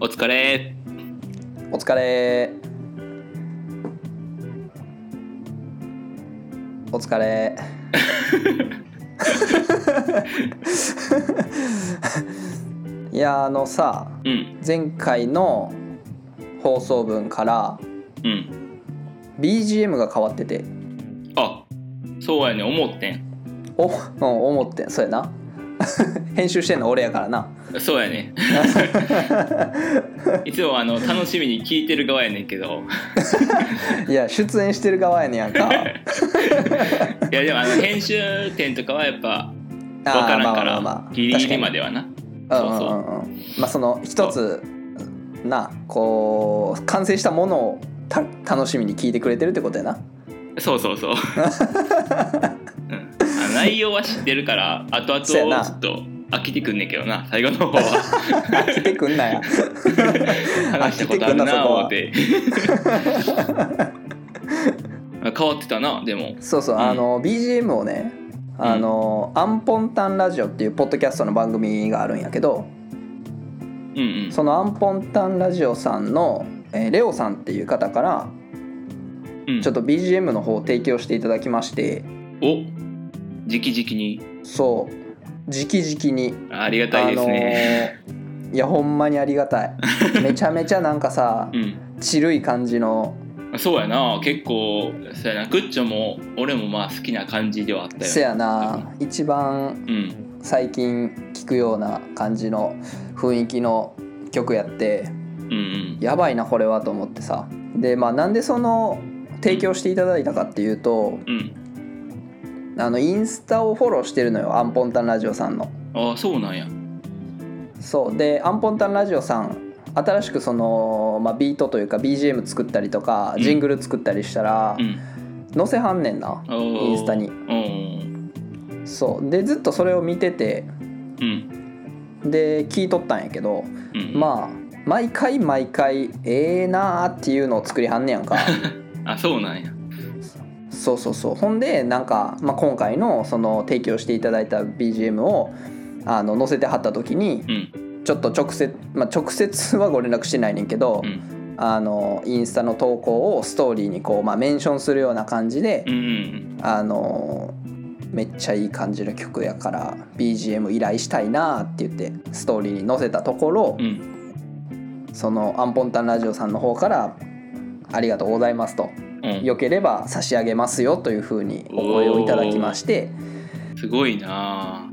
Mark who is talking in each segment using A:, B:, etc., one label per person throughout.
A: お疲れ
B: お疲れお疲れ いやあのさ
A: うん
B: 前回の放送分から
A: うん
B: BGM が変わってて
A: あそうやね思ってん
B: お、うん、思ってんそうやな 編集してんの俺やからな
A: そうや ねいつもあの楽しみに聞いてる側やねんけど
B: いや出演してる側やねんやん か
A: いやでもあの編集点とかはやっぱ分
B: あー
A: からんか
B: まあまあま
A: ら
B: あ
A: ギリギリまではな
B: うん
A: そううんそう
B: うんうんまあその一つなこう完成したものをた楽しみに聞いてくれてるってことやな
A: そうそう そう、うん、あ内容は知ってるから後々
B: そうやな
A: ちょっと飽きてくんねんけどな最後の方 は
B: 飽きてくん なや
A: 話したことある
B: 飽きてくんなそ
A: な
B: こは
A: 思って あ変わってたなでも
B: そうそう、あの BGM をねあの、アンポンタンラジオっていうポッドキャストの番組があるんやけど
A: うんうん
B: そのアンポンタンラジオさんの、えーレオさんっていう方から
A: うん
B: ちょっと BGM の方を提供していただきまして
A: お直々に
B: そう直々に
A: あありがたいですね、
B: あのーいやほんまにありが たいめちゃめちゃなんかさちるい感じの
A: うんそうやな結構そうやなクッチョも俺もまあ好きな感じではあったよ
B: せやな一番
A: うん
B: 最近聞くような感じの雰囲気の曲やって
A: うんうん
B: やばいなこれはと思ってさでまあなんでその提供していただいたかっていうと
A: うん
B: あのインスタをフォローしてるのよアンポンタンラジオさんの
A: ああそうなんや
B: そうでアンポンタンラジオさん新しくその、まあ、ビートというか BGM 作ったりとか
A: うん
B: ジングル作ったりしたら、
A: うん
B: 載せはんねんな
A: あー
B: インスタに
A: うん
B: そうでずっとそれを見てて
A: うん
B: で聞いとったんやけど
A: うん
B: まあ毎回毎回ええなーっていうのを作りはんねやん か
A: あそうなんや
B: そうそうそうほんでなんか、まあ、今回のその提供していただいた BGM をあの載せてはった時に
A: うん
B: ちょっと直接、まあ、直接はご連絡してないねんけど、
A: うん
B: あのインスタの投稿をストーリーにこう、まあ、メンションするような感じで
A: う、んうん
B: あのめっちゃいい感じの曲やから BGM 依頼したいなーって言ってストーリーに載せたところ、
A: うん
B: そのアンポンタンラジオさんの方から「ありがとうございます」と
A: う
B: 「
A: ん
B: よければ差し上げますよ」というふうにお声をいただきまして
A: すごいな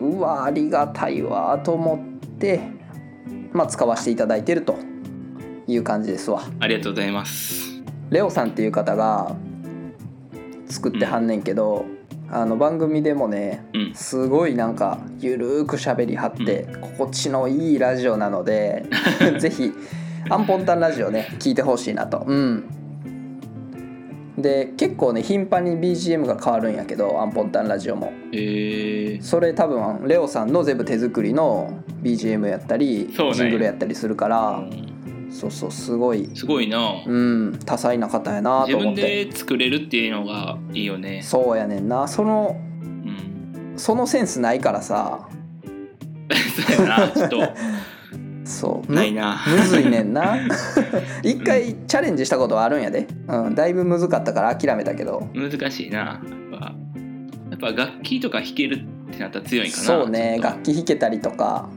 B: うわありがたいわーと思って、まあ、使わせていただいてるという感じですわ。
A: ありがとうございます
B: レオさんっていう方が作ってはんねんけど、あの番組でもね
A: うん
B: すごいなんかゆるーく喋りはって、心地のいいラジオな のでぜひアンポンタンラジオね聞いてほしいなとうんで結構ね頻繁に BGM が変わるんやけどアンポンタンラジオも
A: えー、
B: それ多分レオさんの全部手作りの BGM やったり
A: そうね
B: ジングルやったりするから
A: うん
B: そうそうすごい
A: すごいな
B: うん多彩な方やな
A: 自
B: と思
A: 分
B: って
A: で作れるっていうのがいいよね
B: そうやねんなその
A: うん
B: そのセンスないからさ
A: そうやなちょっと
B: そうむ
A: ないな
B: むずいね んな一回チャレンジしたことはあるんやで、うん、だいぶむずかったから諦めたけど
A: 難しいなやっぱやっぱ楽器とか弾けるってなったら強いんかな
B: そう
A: ち
B: ね
A: ょっと
B: 楽器弾けたりとか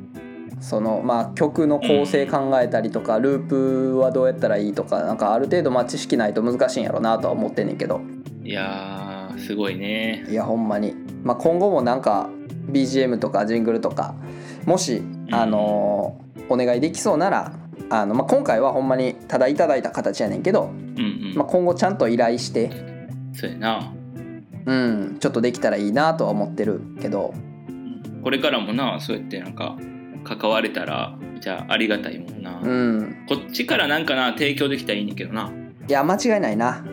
B: そのまあ曲の構成考えたりとか、ループはどうやったらいいとかなんかある程度まあ知識ないと難しいんやろなとは思ってんねんけど
A: いやーすごいね
B: いやほんまに、まあ、今後もなんか BGM とかジングルとかもし、あのーお願いできそうならあの、まあ、今回はほんまにただいただいた形やねんけど、
A: うんうん、
B: まあ、今後ちゃんと依頼して、
A: そうやな
B: うん、ちょっとできたらいいなとは思ってるけど
A: これからもなそうやってなんか関われたらじゃあありがたいもんな、
B: うん
A: こっちからなんかな提供できたらいいねんだけどない
B: や間違いないな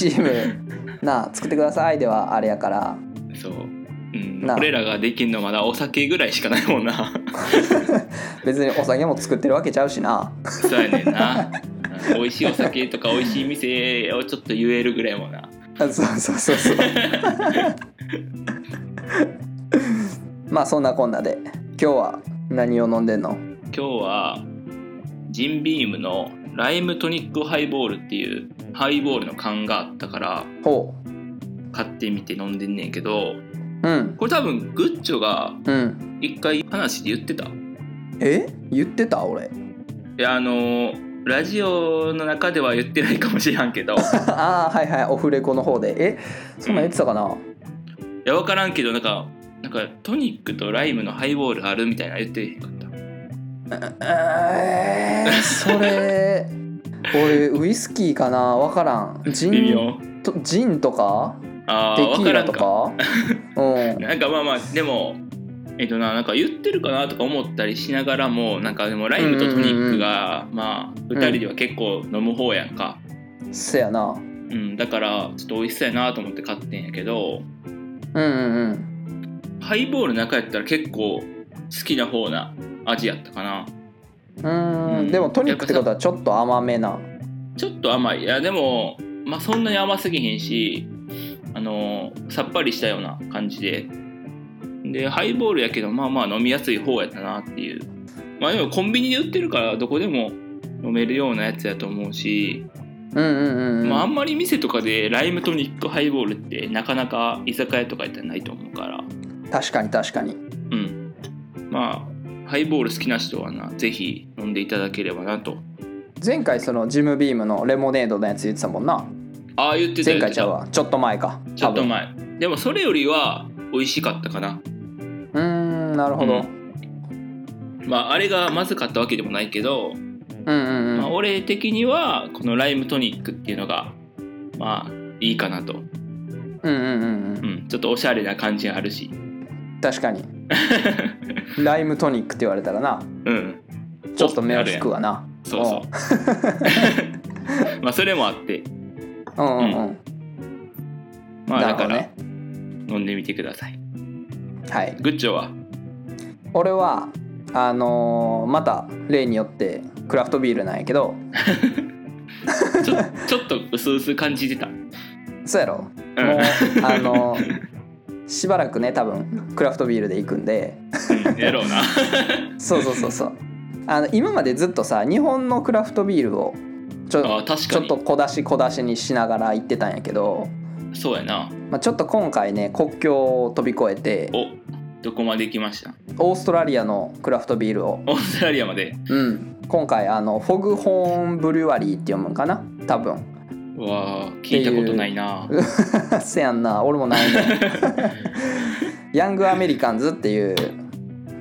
B: BGM なあ作ってくださいではあれやから
A: そううん
B: な
A: 俺らができんのまだお酒ぐらいしかないもん な
B: 別にお酒も作ってるわけちゃうしな
A: そうやねんなうん美味しいお酒とか美味しい店をちょっと言えるぐらいやもんな
B: そうそうそうそう まあそんなこんなで今日は何を飲んでんの
A: 今日はジンビームのライムトニックハイボールっていうハイボールの缶があったから
B: ほ
A: 買ってみて飲んでんねんけど
B: ううん
A: これ多分グッチョが
B: うん
A: 一回話で言ってたい
B: え言ってた俺
A: やあのラジオの中では言ってないかもしれんけど い
B: ああはいはいオフレコの方でえそんなん言ってたかな、
A: や分からんけどなんかなんかトニックとライムのハイボールあるみたいな言ってへんかった
B: えー、それ俺ウイスキーかな分からんジ
A: 微
B: ン
A: 妙
B: とジンとか
A: ああ
B: テキ
A: 分か
B: ー
A: ら
B: ラ
A: ん
B: と
A: か
B: かうん
A: なんかまあまあでもえっとななんか言ってるかなとか思ったりしながらもなんかでもライムとトニックが、まあ2人では結構飲む方やんか、
B: せやな
A: うん、だからちょっと美味しそうやなと思って買ってんやけど
B: うんうん
A: ハイボールの中やったら結構好きな方な味やったかな
B: うんうー
A: うん
B: んでもトニックってことはちょっと甘めな
A: ちょっと甘いいやでも、まあ、そんなに甘すぎへんしあのさっぱりしたような感じででハイボールやけどまあまあ飲みやすい方やったなっていうまあでもコンビニで売ってるからどこでも飲めるようなやつやと思うし、
B: うんうんうんうん
A: まああんまり店とかでライムトニックハイボールってなかなか居酒屋とかやったらないと思うから
B: 確かに確かに
A: うんまあハイボール好きな人はなぜひ飲んでいただければなと
B: 前回そのジムビームのレモネードのやつ言ってたもんな
A: ああ言ってた言っ
B: 前回
A: て
B: ちゃ
A: た
B: うわちょっと前か
A: ちょ
B: 多
A: っと
B: 分
A: 前でもそれよりは美味しかったかな
B: うーんなるほど、
A: うまああれがまずかったわけでもないけど、
B: うん、うんうん
A: まあ、俺的にはこのライムトニックっていうのがまあいいかなと、
B: うんうんう
A: うんん、ちょっとおしゃれな感じがあるし
B: うん 確かにライムトニックって言われたらな
A: うん
B: ちょっと目を引くわな
A: そうそう まあそれもあって
B: うんうんうん、
A: まあ
B: な
A: だ
B: るほ
A: か
B: ど
A: ら
B: ね
A: 飲んでみてください
B: はい
A: グッチョは
B: 俺はあのーまた例によってクラフトビールなんやけど
A: ちょ ちょっと薄々感じてた
B: そうやろもう、あのーしばらくね多分クラフトビールで行くんで
A: うんやろうな
B: そうそうそうそうあの今までずっとさ日本のクラフトビールをちょ
A: あ確
B: ち
A: か
B: ょっ
A: に
B: と小出し小出しにしながら行ってたんやけど、
A: そうやな
B: まあ、ちょっと今回ね国境を飛び越えて
A: おどこまで行きました
B: オーストラリアのクラフトビールを、
A: オーストラリアまで
B: うん、今回あのフォグホーンブリュワリーって読むんかな多分
A: うわあ聞いたことないな
B: せやんな俺もないね ヤングアメリカンズっていう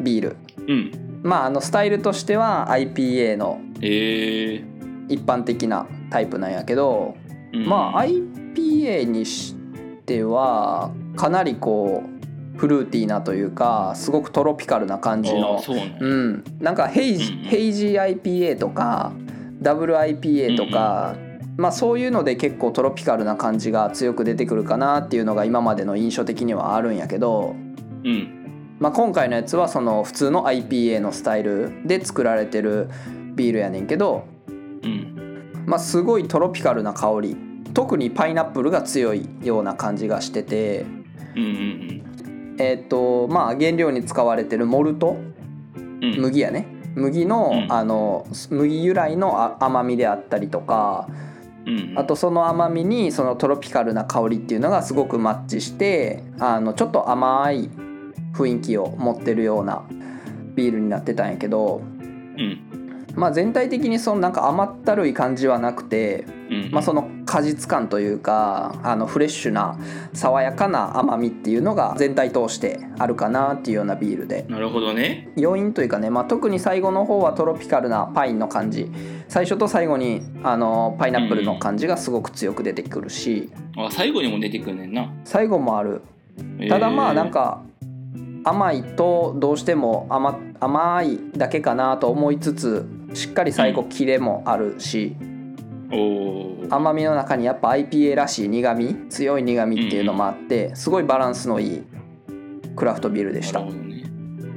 B: ビール
A: うん
B: まああのスタイルとしては IPA の
A: えー
B: 一般的なタイプなんやけど
A: うん
B: まあ IPA にしてはかなりこうフルーティーなというかすごくトロピカルな感じ
A: あー
B: の
A: そうね
B: うん、なんかヘイジ
A: うんうん
B: ヘイジー IPA とかダブル IPA とか、まあ、そういうので結構トロピカルな感じが強く出てくるかなっていうのが今までの印象的にはあるんやけど、
A: うん
B: まあ、今回のやつはその普通の IPA のスタイルで作られてるビールやねんけど、
A: うん
B: まあ、すごいトロピカルな香り特にパイナップルが強いような感じがしてて、
A: うんうん
B: えっとまあ、原料に使われてるモルト
A: うんうん
B: 麦やね麦の,、
A: うん
B: あの麦由来のあ甘みであったりとか
A: うん
B: あとその甘みにそのトロピカルな香りっていうのがすごくマッチしてあのちょっと甘い雰囲気を持ってるようなビールになってたんやけど、
A: うん
B: まあ、全体的にそのなんか甘ったるい感じはなくて、
A: うん
B: まあ、その果実感というかあのフレッシュな爽やかな甘みっていうのが全体通してあるかなっていうようなビールで。
A: なるほどね
B: 要因というかね、まあ、特に最後の方はトロピカルなパインの感じ最初と最後にあのパイナップルの感じがすごく強く出てくるし、
A: あ最後にも出てくんねんな
B: 最後もあるただまあなん、か甘いとどうしても甘甘いだけかなと思いつつしっかり最後キレもあるし
A: えー、おー
B: 甘みの中にやっぱ IPA らしい苦み強い苦みっていうのもあってすごいバランスのいいクラフトビールでし
A: な
B: た
A: る。ほどね、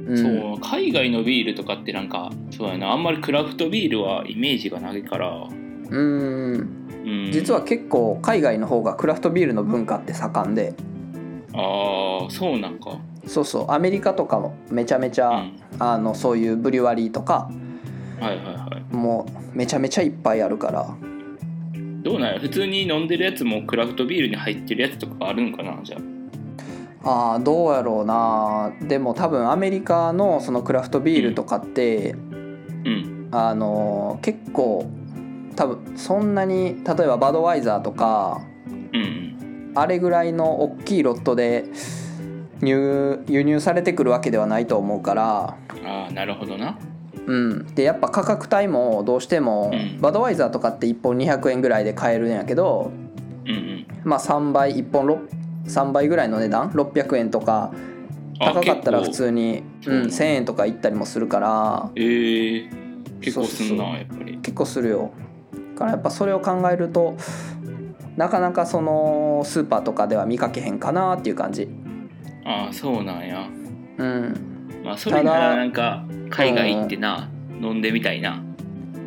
B: うん
A: そう海外のビールとかってなんかそうやなあんまりクラフトビールはイメージがないから、
B: うん
A: うん、
B: 実は結構海外の方がクラフトビールの文化って盛んで
A: ああそうなんか
B: そうそうアメリカとかもめちゃめちゃ、
A: うん
B: あのそういうブリュワリーとか
A: はいはいはい
B: もうめちゃめちゃいっぱいあるから
A: どうなんや普通に飲んでるやつもクラフトビールに入ってるやつとかあるんかなじゃあ
B: あーどうやろうなでも多分アメリカのそのクラフトビールとかって、
A: うん
B: あのー結構多分そんなに例えばバドワイザーとか
A: うん
B: あれぐらいの大きいロットで入輸入されてくるわけではないと思うから、
A: うんああなるほどな
B: うん、でやっぱ価格帯もどうしても、
A: うん
B: バドワイザーとかって1本200円ぐらいで買えるんやけど、
A: うんうん
B: まあ、3倍1本6 3倍ぐらいの値段600円とか
A: あ
B: 高かったら普
A: 結構
B: 通に、
A: 結
B: う
A: 構
B: ん、1,000円とかいったりもするから
A: ええ結構すんな
B: そうそうそう
A: やっぱり
B: 結構するよだからやっぱそれを考えるとなかなかそのスーパーとかでは見かけへんかなっていう感じ
A: ああそうなんや
B: うん
A: まあそれな
B: ただ
A: らなんか海外行ってな飲んでみたいな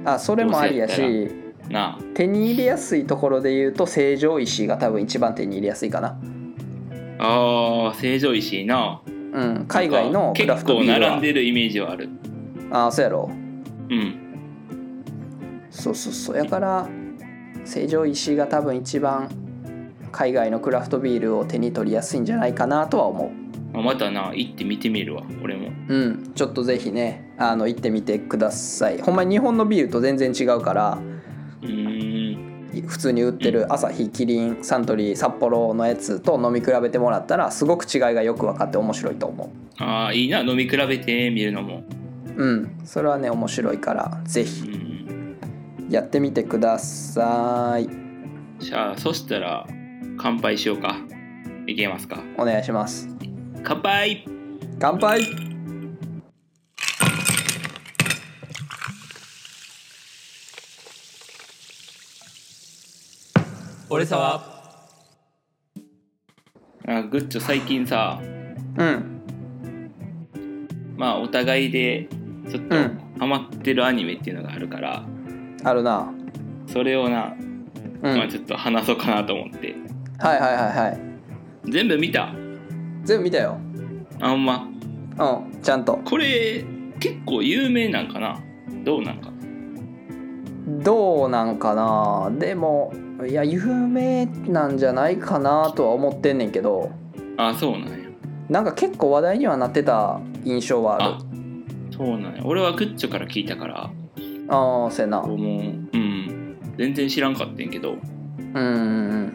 B: あそれもありや
A: どうせ
B: し
A: な
B: 手に入れやすいところで言うと成城石井が多分一番手に入れやすいかな
A: ああー成城石井な
B: うん海外のクラ
A: 結
B: フト
A: 構
B: ビール
A: 並ん
B: は
A: でるイメージはある
B: あそうやろ
A: うん
B: そうそうそうやから成城石井が多分一番海外のクラフトビールを手に取りやすいんじゃないかなとは思
A: まあまたな行って見てみるわ俺も
B: ううんちょっとぜひねあの行ってみてくださいほんまに日本のビールと全然違うから
A: うーん
B: 普通に売ってるアサヒキリンサントリー札幌のやつと飲み比べてもらったらすごく違いがよく分かって面白いと思
A: ああいいな飲み比べてみるのも
B: ううんそれはね面白いからぜ
A: う
B: ひ
A: ん
B: やってみてください
A: じゃあそしたら乾杯しようかいけますか
B: お願いします
A: 乾杯
B: 乾杯
A: 俺さはあグッチョ最近さ
B: うん
A: まあお互いでちょっと
B: うん
A: ハマってるアニメっていうのがあるから、
B: あるな
A: それをな、
B: うん
A: まあ、ちょっと話そうかなと思って
B: はいはいはいはい
A: 全部見た
B: 全部見たよ
A: あほんま
B: うんちゃんと
A: これ結構有名なんかなどうなんか
B: どうなんかなでもいや有名なんじゃないかなとは思ってんねんけど
A: あそうなんや
B: なんか結構話題にはなってた印象はあ
A: あ
B: る
A: そうなんや俺はグッチョから聞いたから
B: ああせな
A: も
B: う
A: うんうん全然知らんかってんけど
B: うんうん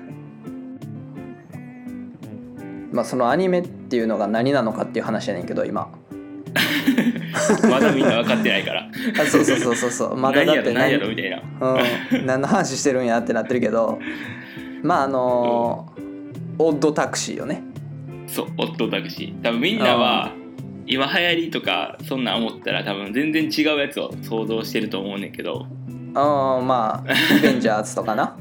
B: まあそのアニメっていうのが何なのかっていう話やねんけど今
A: まだみんな分かってないから
B: あそうそうそうそ うそう まだ
A: 何
B: だ
A: や
B: って
A: ろ
B: 何
A: 何やろみたいな
B: うん、何の話してるんやってなってるけどまああのーオッドタクシーよね
A: そう夫タクシー多分みんなは今流行りとかそんなん思ったら多分全然違うやつを想像してると思うねんけど
B: うんまあリベンジャーズとかな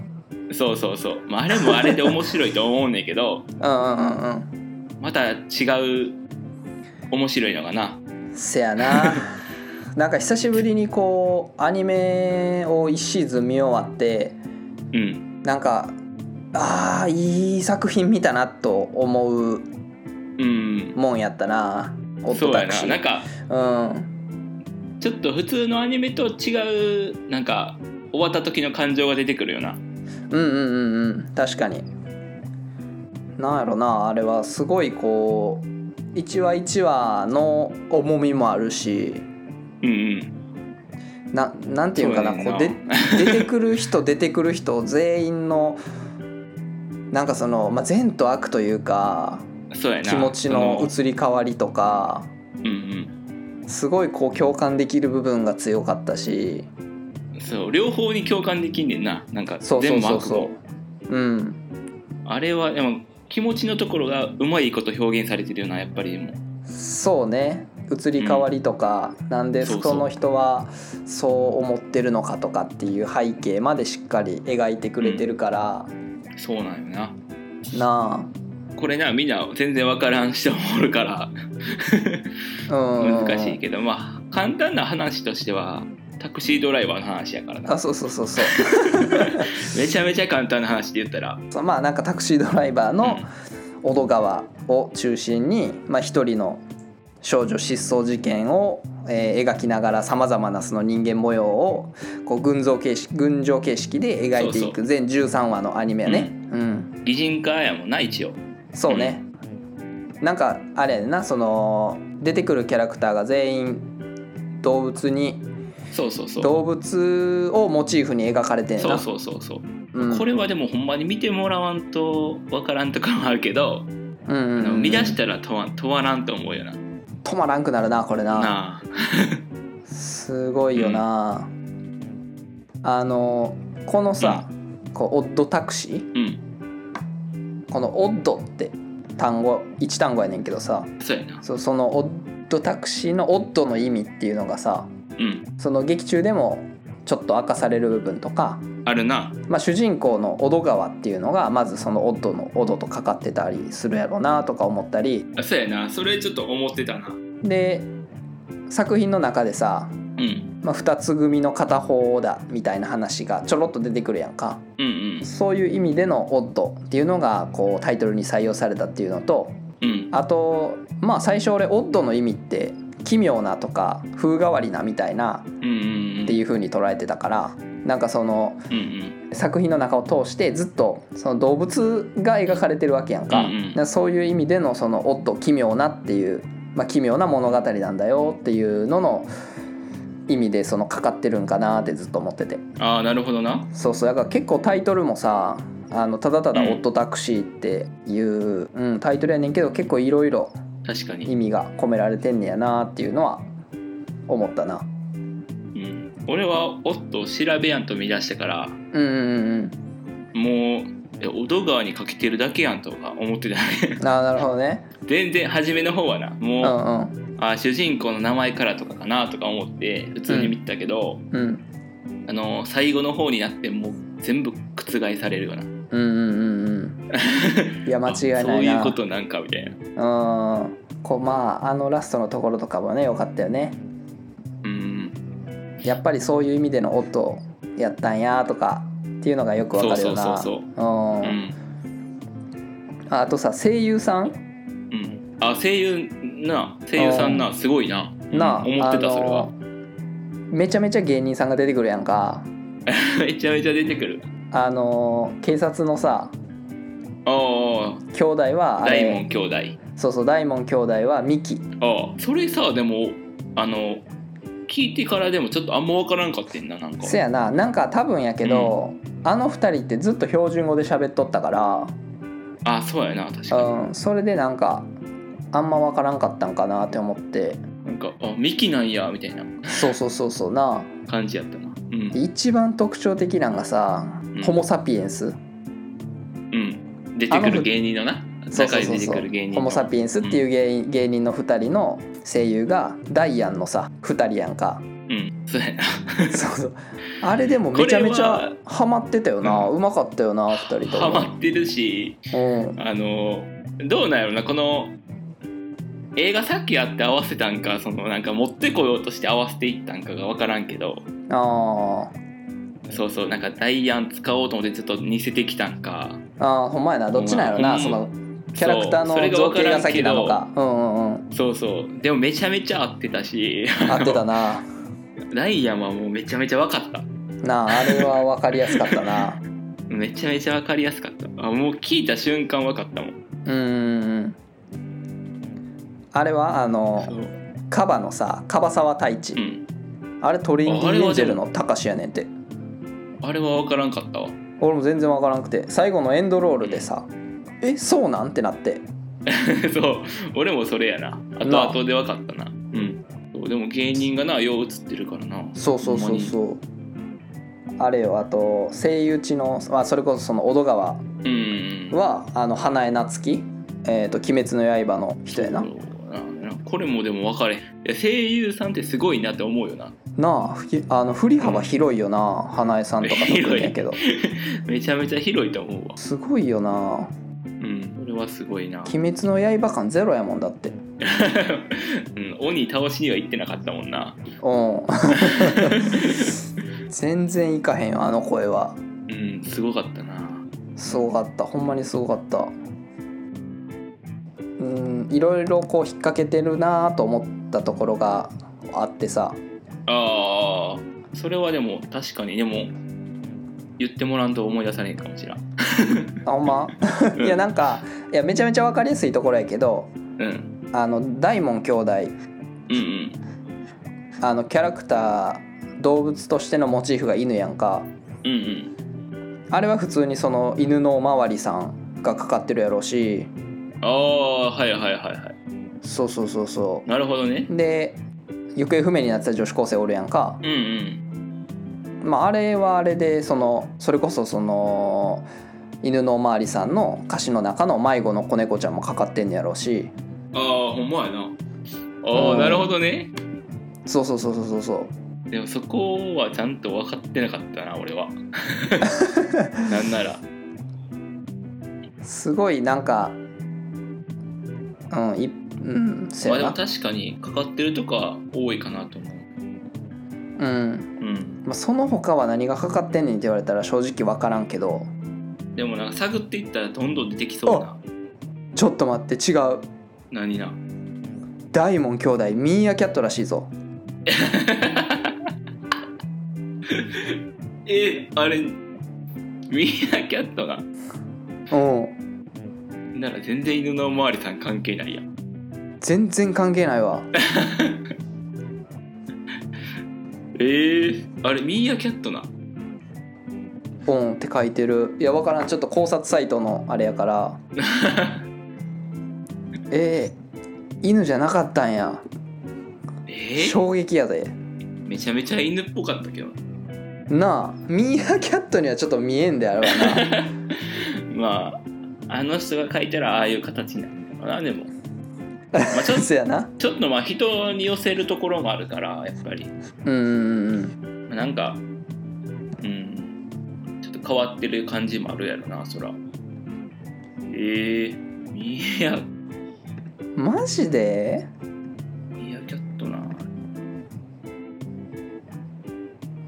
A: そうそうそう、まあ、あれもあれで面白いと思うねんけど
B: うんうんうん
A: また違う面白いのかな
B: うんせ やななんか久しぶりにこうアニメを1シーズン見終わって
A: うん
B: なんかあーいい作品見たなと思う
A: うん
B: もんやったなオッ
A: そ
B: ド
A: うや
B: タク
A: な
B: シ
A: なん
B: ー
A: か
B: うん
A: ちょっと普通のアニメと違うなんか終わった時の感情が出てくるよな
B: うんうんうんうん確かになんやろなあれはすごいこう一話一話の重みもあるし
A: うんうん
B: ななんていうんかな
A: そうやねん
B: こ
A: な
B: うで出てくる人 出てくる人全員のなんかその、まあ、善と悪というか
A: そうやな
B: 気持ちの移り変わりとか
A: そのうん
B: すごいこう共感できる部分が強かったし
A: うんそう両方に共感できんねんななんか
B: そうそ
A: 全
B: う
A: 部
B: そう
A: 悪
B: そ
A: を
B: ううん
A: あれはでも気持ちのところがうまいこと表現されてるよなやっぱりでも
B: そうね移り変わりとか、なんで
A: そう
B: そ
A: そう
B: この人はそう思ってるのかとかっていう背景までしっかり描いてくれてるから、
A: そうなんよな
B: な
A: これなみんな全然分からん人もおるから
B: あ、うん、
A: 難しいけどまあ簡単な話としてはタクシードライバーの話やから
B: あ
A: な
B: そうそうそうそう
A: めちゃめちゃ簡単な話で言ったら
B: そうまあなんかタクシードライバーの
A: う
B: 小戸川を中心にまあ、一人の少女失踪事件をえー描きながらさまざまなその人間模様をこう群像形式群像形式で描いてい
A: そ
B: く全13話のアニメやね。うん、
A: 擬人化やもんな一応
B: そうね。なんかあれやねんなその出てくるキャラクターが全員動物に
A: そうそうそう
B: 動物をモチーフに描かれてんや
A: そ
B: な
A: うそうそうそう、
B: うん
A: これはでもほんまに見てもらわんとわからんとかもあるけど、
B: うんうんうん
A: あの見出したら止ま止まらんと思うよな
B: 止まらんくなるなこれな
A: なあ
B: すごいよな、あのこのさ、こうオッドタクシー
A: うん
B: この「オッド」って単語一単語やねんけどさ
A: そうやな
B: そその「オッドタクシー」の「オッド」の意味っていうのがさ
A: うん
B: その劇中でもちょっと明かされる部分とか、
A: あるな
B: まあ、主人公の小戸川っていうのがまずその「オッド」の「オド」とかかってたりするやろうなとか思ったり
A: あそうやなそれちょっと思ってたな
B: で作品の中でさ、
A: うん
B: まあ、2つ組の片方だみたいな話がちょろっと出てくるやんか
A: うん
B: そういう意味での「オッド」っていうのがこうタイトルに採用されたっていうのと
A: うんうん
B: あとまあ最初俺「オッド」の意味って奇妙なとか風変わりなみたいな
A: うんうん
B: っていう風に捉えてたからなんかその
A: うんうん
B: 作品の中を通してずっとその動物が描かれてるわけやんか,、
A: うんうん
B: そういう意味でのその「オッド」奇妙なっていう、まあ、奇妙な物語なんだよっていうのの意味でそのかかってるんかなってずっと思ってて
A: ああなるほどな
B: そうそうだから結構タイトルもさあのただただ「オッドタクシー」っていう、うん、タイトルやねんけど結構いろいろ
A: 確かに
B: 意味が込められてんねやなっていうのは思ったな
A: うん、俺は「おっと調べやん」と見出したから
B: うんうん
A: もう「え小戸川にかけてるだけやん」とか思ってた ね
B: うんあーなるほどね
A: 全然初めの方はな
B: う
A: も
B: ん
A: う、あ主人公の名前からとかかなとか思って普通に見てたけど、
B: うんうん
A: あの最後の方になってもう全部覆されるような
B: うんうんうんうんいや間違いないな
A: そういうことなんかみたいな
B: うんこうまああのラストのところとかもねよかったよね
A: うん
B: やっぱりそういう意味での音やったんやとかっていうのがよくわかるよな
A: そうそうそう
B: うん
A: うん、
B: あとさ声優さん
A: うん、あ声優な声優さんなすごいな
B: なあ、
A: うん思ってたそれ
B: あ
A: は
B: のめちゃめちゃ芸人さんが出てくるやんか
A: めちゃめちゃ出てくる
B: あの警察のさ
A: あ
B: 兄弟は
A: あ
B: あれ
A: 大門兄弟
B: そうそう大門兄弟はミキ
A: ああそれさでもあの聞いてからでもちょっとあんま分からんかってんななんか
B: せやななんか多分やけど、あの二人ってずっと標準語で喋っとったか
A: あそうやな確
B: ら、
A: か
B: うん、それでなんかあんまわからんかったんかなって思って
A: になんかあミキなんやみたいな
B: そうそうそうそうな
A: 感じやったなうん
B: で一番特徴的なんがさ、
A: ん
B: ホモ・サピエンス
A: うん出てくる芸人のな
B: そう
A: 中
B: そう
A: に出
B: そう
A: て
B: そ
A: く
B: う
A: る芸人
B: ホ
A: の
B: モ・サピエンスっていう芸,、芸人の二人の声優がダイアンのさ二人やん か
A: うんそうやな
B: そうそうあれでもめちゃめち
A: これ
B: ゃ
A: は
B: ハマってたよな、うまかったよな二人と
A: ハ
B: も
A: マってるし
B: うん
A: あのどうなんやろなこの映画さっきやって合わせたんかそのなんか持ってこようとして合わせていったんかが分からんけど
B: あー
A: そうそうなんかダイアン使おうと思ってちょっと似せてきたんか
B: あーほんまやなどっちなんやろな、
A: うん
B: そのキャラクター
A: そうそれ
B: の
A: が
B: 造
A: 分
B: 形
A: から
B: が
A: んけ
B: 先
A: ど
B: なのかうんうんうん
A: そうそうでもめちゃめちゃ合ってたし
B: 合ってたな
A: ダイアンはもうめちゃめちゃ分かった
B: なああれは分かりやすかったな
A: めちゃめちゃ分かりやすかったあもう聞いた瞬間分かったもん
B: うんうんうんあれはあ
A: そ
B: の
A: う
B: カバのさカバサワ太一、
A: うん
B: あれトリンキ
A: ああれ
B: ー
A: は
B: エンジェルのたかしやねんって
A: あれは分からんかったわ
B: 俺も全然分からんくて最後のエンドロールでさ「えそうなん?」ってなって
A: そう俺もそれやなあ
B: な
A: とあとで分かったなうんそうでも芸人がなよう映ってるからな
B: そうそうそうそうあれよあと声優地の、まあ、それこそその小戸川
A: うんうんうん
B: はあの花江夏樹えっ、と「鬼滅の刃」の人やな
A: そうなこれもでも分かれへんいや声優さんってすごいなって思うよな
B: なあふきあの振り幅広いよな花江さんとか特にやけ ど
A: めちゃめちゃ広いと思うわ
B: すごいよな
A: うんこれはすごいな
B: 「鬼滅の刃」感ゼロやもんだって
A: うん、鬼倒しには行ってなかったもんな。
B: うん全然いかへんよあの声は
A: うん、すごかったな。
B: すごかったほんまにすごかったうんいろいろこう引っ掛けてるなと思ったところがあってさ
A: ああそれはでも確かにでも言ってもらうと思い出さないかもしれん
B: あほんま
A: うん
B: いやなんかいやめちゃめちゃ分かりやすいところやけど
A: うん
B: あの大門兄弟
A: うん
B: あのキャラクター動物としてのモチーフが犬やんか
A: うんうん
B: あれは普通にその犬のおまわりさんがかかってるやろうし
A: うんああはいはいはいはい
B: そうそうそうそ
A: なるほどね
B: うで行方不明になってた女子高生おるやんか、
A: うんうん
B: まあ、あれはあれでそのそれこそその犬のおまわりさんの歌詞の中の迷子の子猫ちゃんもかかってんやろうし
A: ああほんまやなあ
B: う
A: あ
B: ん
A: なるほどね
B: そうそうそうそうそうそう
A: でもそこはちゃんと分かってなかったな俺 はなんなら
B: すごいなんかうんいうんせ
A: ま
B: や
A: あでも
B: な、
A: 確かにかかってるとか多いかなと思う
B: うん
A: うん
B: まあ、その他は何がかかってんねんって言われたら正直分からんけど
A: でもなんか探っていったらどんどん出てきそうな
B: ちょっと待って違う
A: 何な
B: 大門兄弟ミーアキャットらしいぞ
A: えあれミーアキャットな
B: うん
A: なら全然犬のおまわりさん関係ないやん
B: 全然関係ないわ
A: えー、あれミーアキャットな
B: うんって書いてるいや分からんちょっと考察サイトのあれやからえー、犬じゃなかったんや
A: えー、
B: 衝撃やで
A: めちゃめちゃ犬っぽかったけど
B: なあミーアキャットにはちょっと見えんであれはな
A: まああの人が描いたらああいう形になるのかなでも、まあ、 ちょっと
B: そやな
A: ちょっとまあ人に寄せるところもあるからやっぱり
B: うんうんうん
A: まあなんかうんちょっと変わってる感じもあるやろなそらえー、ミーア
B: マジで
A: ミーアキャットな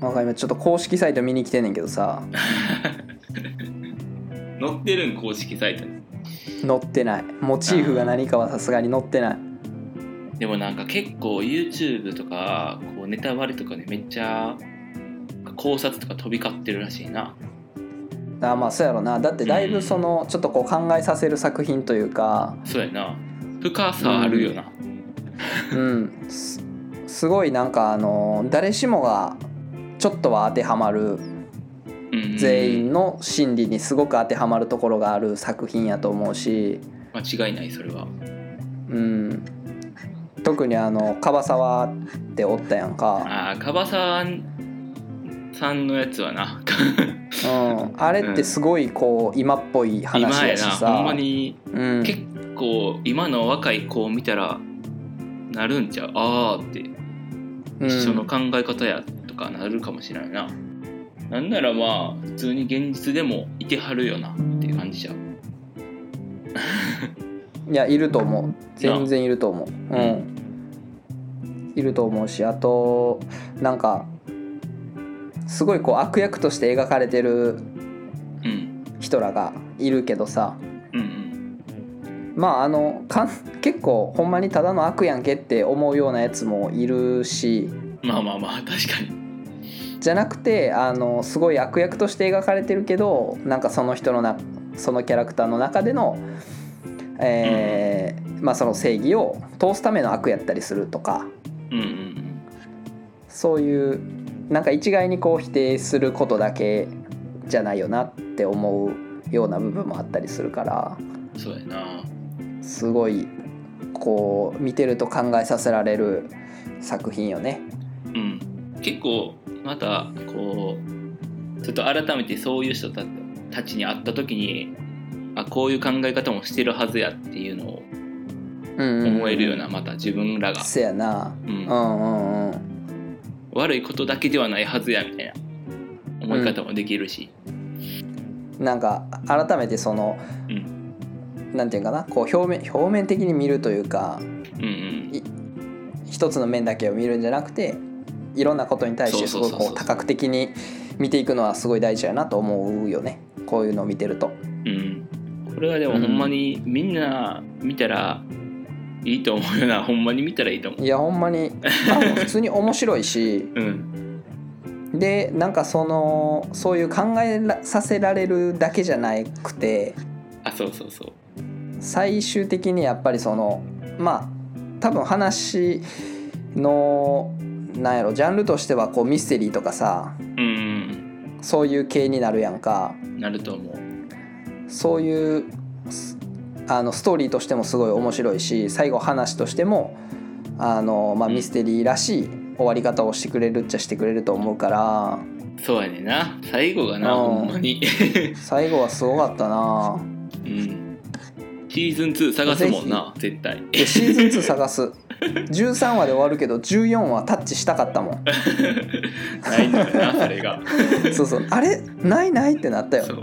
B: わかりましたちょっと公式サイト見に来てんねんけどさ
A: 載ってるん公式サイトに
B: 載ってないモチーフが何かはさすがに載ってない
A: でもなんか結構 YouTube とかこうネタバレとかでめっちゃ考察とか飛び交ってるらしいな
B: あまあそうやろなだってだいぶそのちょっとこう考えさせる作品というか
A: そうやな深さあるよな
B: うんすすごいなんかあの誰しもがちょっとは当てはまる
A: うんうん
B: 全員の心理にすごく当てはまるところがある作品やと思うし、
A: 間違いないそれは
B: うん、特にあの樺沢っておったやんか、
A: ああカバさんさんのやつはな
B: うん、あれってすごいこう今っぽい
A: 今
B: 話
A: や
B: やし
A: な
B: さ
A: ほんまに
B: うん
A: 結構今の若い子を見たらなるんちゃうああって
B: うん
A: その考え方やとかなるかもしれないな、なんならまあ普通に現実でもいてはるよなっていう感じじゃん
B: いやいると思う全然いると思ううんいると思うしあとなんかすごいこう悪役として描かれてる
A: うん
B: 人らがいるけどさ
A: うんうん
B: まああのかん結構ほんまにただの悪やんけって思うようなやつもいるし
A: まあまあまあ確かに
B: じゃなくてあのすごい悪役として描かれてるけどなんかその人のなそのキャラクターの中での、えーまあ、その正義を通すための悪やったりするとか。
A: うんうん
B: そういうなんか一概にこう否定することだけじゃないよなって思うような部分もあったりするから
A: うんそうやな
B: すごいこう見てると考えさせられる作品よね。
A: うん結構またこうちょっと改めてそういう人たたちに会った時にあこういう考え方もしてるはずやっていうのを
B: うんうん
A: 思えるような、また自分らが、
B: せやな。
A: う
B: うんんうんうん。
A: 悪いことだけではないはずやみたいな思い方もできるし、
B: なんか改めてその
A: うん、
B: なんていうかなこう表面表面的に見るというか
A: うんうん
B: 一つの面だけを見るんじゃなくていろんなことに対してす
A: そうそ
B: ご
A: う
B: く
A: そうそう
B: こう多角的に見ていくのはすごい大事やなと思うよねこういうのを見てると。
A: うんこれはでもほんまにみんな見たらいいと思うよなほんまに見たらいいと思
B: いやほん まにあの普通に面白いし
A: ううん
B: でなんかそのそういう考えらさせられるだけじゃなくて
A: あそうそうそう
B: 最終的にやっぱりそのまあ多分話のなんやろジャンルとしてはこうミステリーとかさ
A: うん
B: そういう系になるやんか
A: なると思う
B: そういうすあのストーリーとしてもすごい面白いし最後話としてもあの、まあ、
A: うん
B: ミステリーらしい終わり方をしてくれるっちゃしてくれると思うから
A: そうやねんな最後がな
B: う
A: ほ
B: ん
A: んま に
B: 最後はすごかったな
A: うんシーズン2探すもんな絶対
B: でシーズン2探す13話で終わるけど14話タッチしたかっ たもん
A: ないのよ なそれが
B: そうそうあれないないってなったよ
A: そう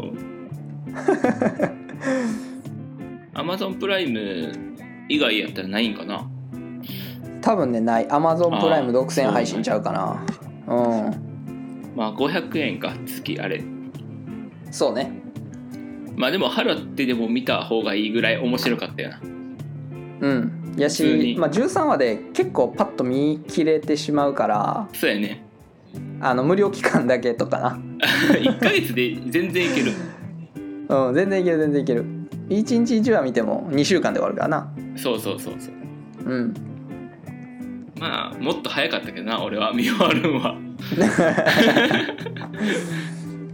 A: アマゾンプライム以外やったらないんかな
B: 多分ねない Amazon プライ
A: あー
B: ム独占配信ちゃうかなうん
A: まあ500円か月あれ
B: そうね
A: まあでも払ってでも見た方がいいぐらい面白かったよな
B: うんや
A: 普通に
B: し、まあ、13話で結構パッと見切れてしまうから
A: そうやね
B: あの無料期間だけとか
A: 1ヶ月で全然いける
B: なうん全然いける全然いける1日1話見ても2週間で終わるからな
A: そうそうそうそう
B: うん
A: まあもっと早かったけどな俺は見終わるんは、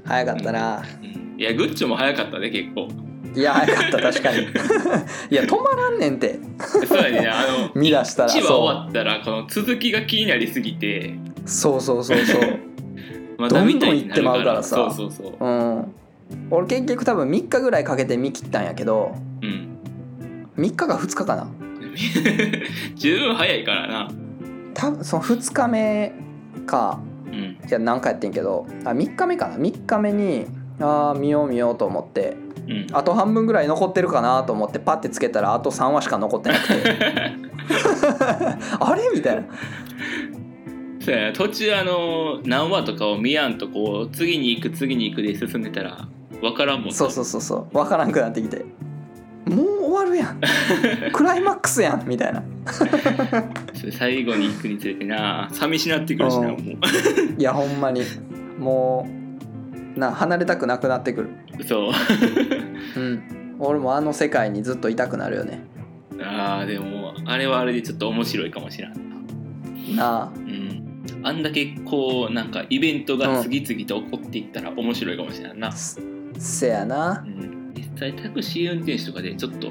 B: 早かったな
A: うんいやグッチョも早かったね結構
B: いや早かった確 かにいや止まらんねんて
A: そうやねあの
B: 見出したら
A: 1話終わ
B: そ
A: ったらこの続きが気になりすぎて
B: うそうそうそうそう
A: また見たいになるか
B: どんどん行ってまうかららさ
A: そうそうそう
B: うん俺結局多分3日ぐらいかけて見切ったんやけど
A: うん
B: 3日か2日かな
A: 十分早いからな
B: 多分その2日目か
A: うん
B: いや何回やってんけどあ3日目かな3日目にあー見よう見ようと思って
A: うん
B: あと半分ぐらい残ってるかなと思ってパッてつけたらあと3話しか残ってなくて あれみたいな
A: そうやな途中あの何話とかを見やんとこう次に行く次に行くで進んでたら分からんもんな
B: そうそうそうそう分からんくなってきてもう終わるやんクライマックスやんみたいな
A: それ最後に行くにつれてな寂しなってくるしな
B: う
A: も
B: ん
A: う
B: いやほんまにもうな離れたくなくなってくる
A: そう
B: うん、俺もあの世界にずっといたくなるよね
A: ああでもあれはあれでちょっと面白いかもしれんな
B: なあ
A: うんあんだけこうなんかイベントが次々と起こっていったら面白いかもしれんな、
B: せせやな
A: うん、実際タクシー運転手とかでちょっと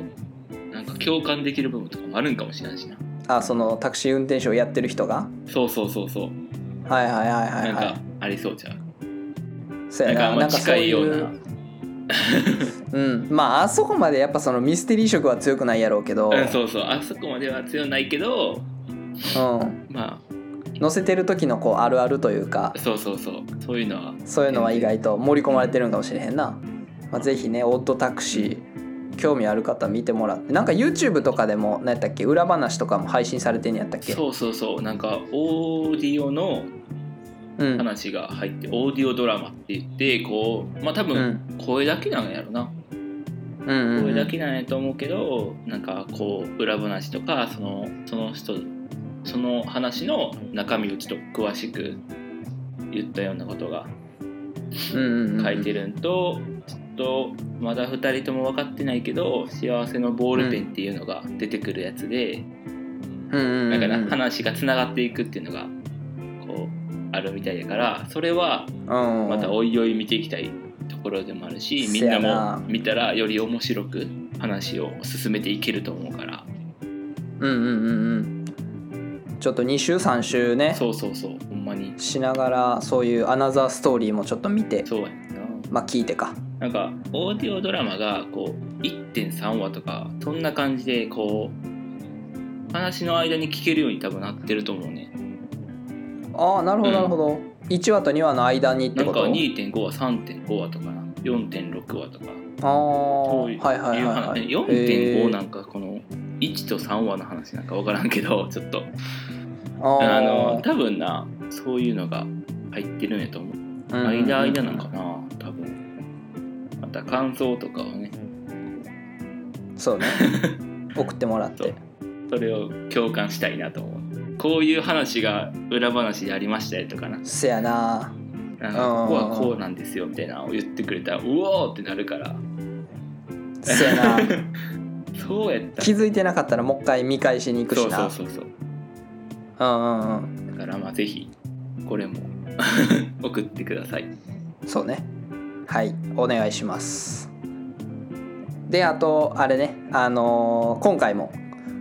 A: なんか共感できる部分とかもあるんかもしれんしな
B: あそのタクシー運転手をやってる人が
A: そうそうそうそう
B: はいはいはいはい
A: なん
B: は
A: か
B: い
A: ありそうじゃん
B: せ
A: な
B: や
A: んか
B: な
A: ま
B: な
A: あ
B: んかそ
A: 近
B: う
A: いよう
B: い
A: な
B: ううんまああそこまでやっぱそのミステリー色は強くないやろうけど
A: うん、そうそうあそこまでは強ないけど
B: うん
A: ま
B: 乗せてる時のこうあるあるというか
A: あそうそうそうそういうのは
B: そういうのは意外と盛り込まれてるんかもしれへんな、まあ、ぜひねオッドタクシー興味ある方見てもらってなんか YouTube とかでも何やったっけ裏話とかも配信されてんやったっけ
A: そうそうそうなんかオーディオの
B: うん
A: 話が入ってオーディオドラマって言ってこうまあ多
B: う
A: 分
B: ん
A: 声だけなんやろな、
B: うんうんうん
A: 声だけなんやと思うけどなんかこう裏話とかそのその人その話の中身をちょっと詳しく言ったようなことが書
B: 書
A: いて
B: る
A: るんと、ちょっとまだ2人とも分かってないけど「幸せのボールペン」っていうのが出てくるやつで、
B: だ
A: だから話がつながっていくっていうのがこうあるみたいだからそれはま
B: ま
A: たおいおい見ていきたいところでもあるし、
B: うん
A: みんな
B: せやな
A: も見たらより面白く話を進めていけると思うから
B: うんうんうんうんちょっと2週3週ね
A: そうそうそうほんまに
B: しながらそういうアナザーストーリーもちょっと見て
A: そうやん
B: まあ聞いてか
A: ななんかオーディオドラマがこう1.3話とかそんな感じでこう話の間に聞けるように多分なってると思うね
B: ああなるほどなるほど、1話と2話の間にっ
A: な
B: て
A: ん
B: こ
A: か
B: と
A: 2.5話3.5話とかな4.6話とか
B: ああ
A: そう
B: はいいうはいはい
A: 話
B: はい
A: 4.5な
B: へ
A: んかこの1と3話の話なんか分からんけどちょっと
B: ーあー
A: あの多分なそういうのが入ってるんやと思う
B: うんうんうん
A: 間間なんかな多分また感想とかをね
B: そうね送ってもらって
A: それを共感したいなと思うこういう話が裏話でありましたよとかな
B: せやな
A: なんかここはこうなんですよみたいなのを言ってくれたらうおーってなるから
B: せやな
A: そうやった
B: 気づいてなかったらもう一回見返しに行く
A: そ
B: し
A: うそ
B: な
A: うそうそう
B: うんうんうん
A: だからまあぜひこれも 送ってください
B: そうねはいお願いしますであとあれねあのー今回も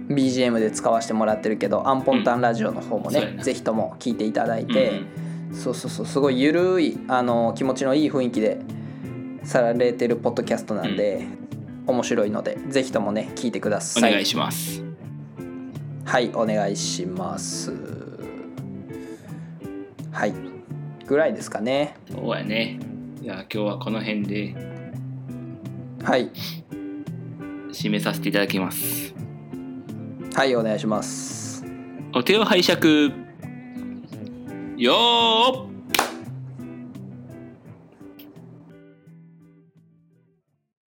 B: BGM で使わせてもらってるけどアンポンタンラジオの方も
A: うんそうや
B: ね、
A: な
B: ぜひとも聞いていただいて、
A: うん
B: そうそうそうすごいゆるいあの気持ちのいい雰囲気でさられてるポッドキャストなんで、面白いのでぜひともね聞いてくだ
A: お
B: さい
A: 願いします
B: はいお願いしますはいぐらいですかね
A: そうやねじゃあ今日はこの辺で
B: はい
A: 締めさせていただきます
B: はいお願いします
A: お手を拝借よーっ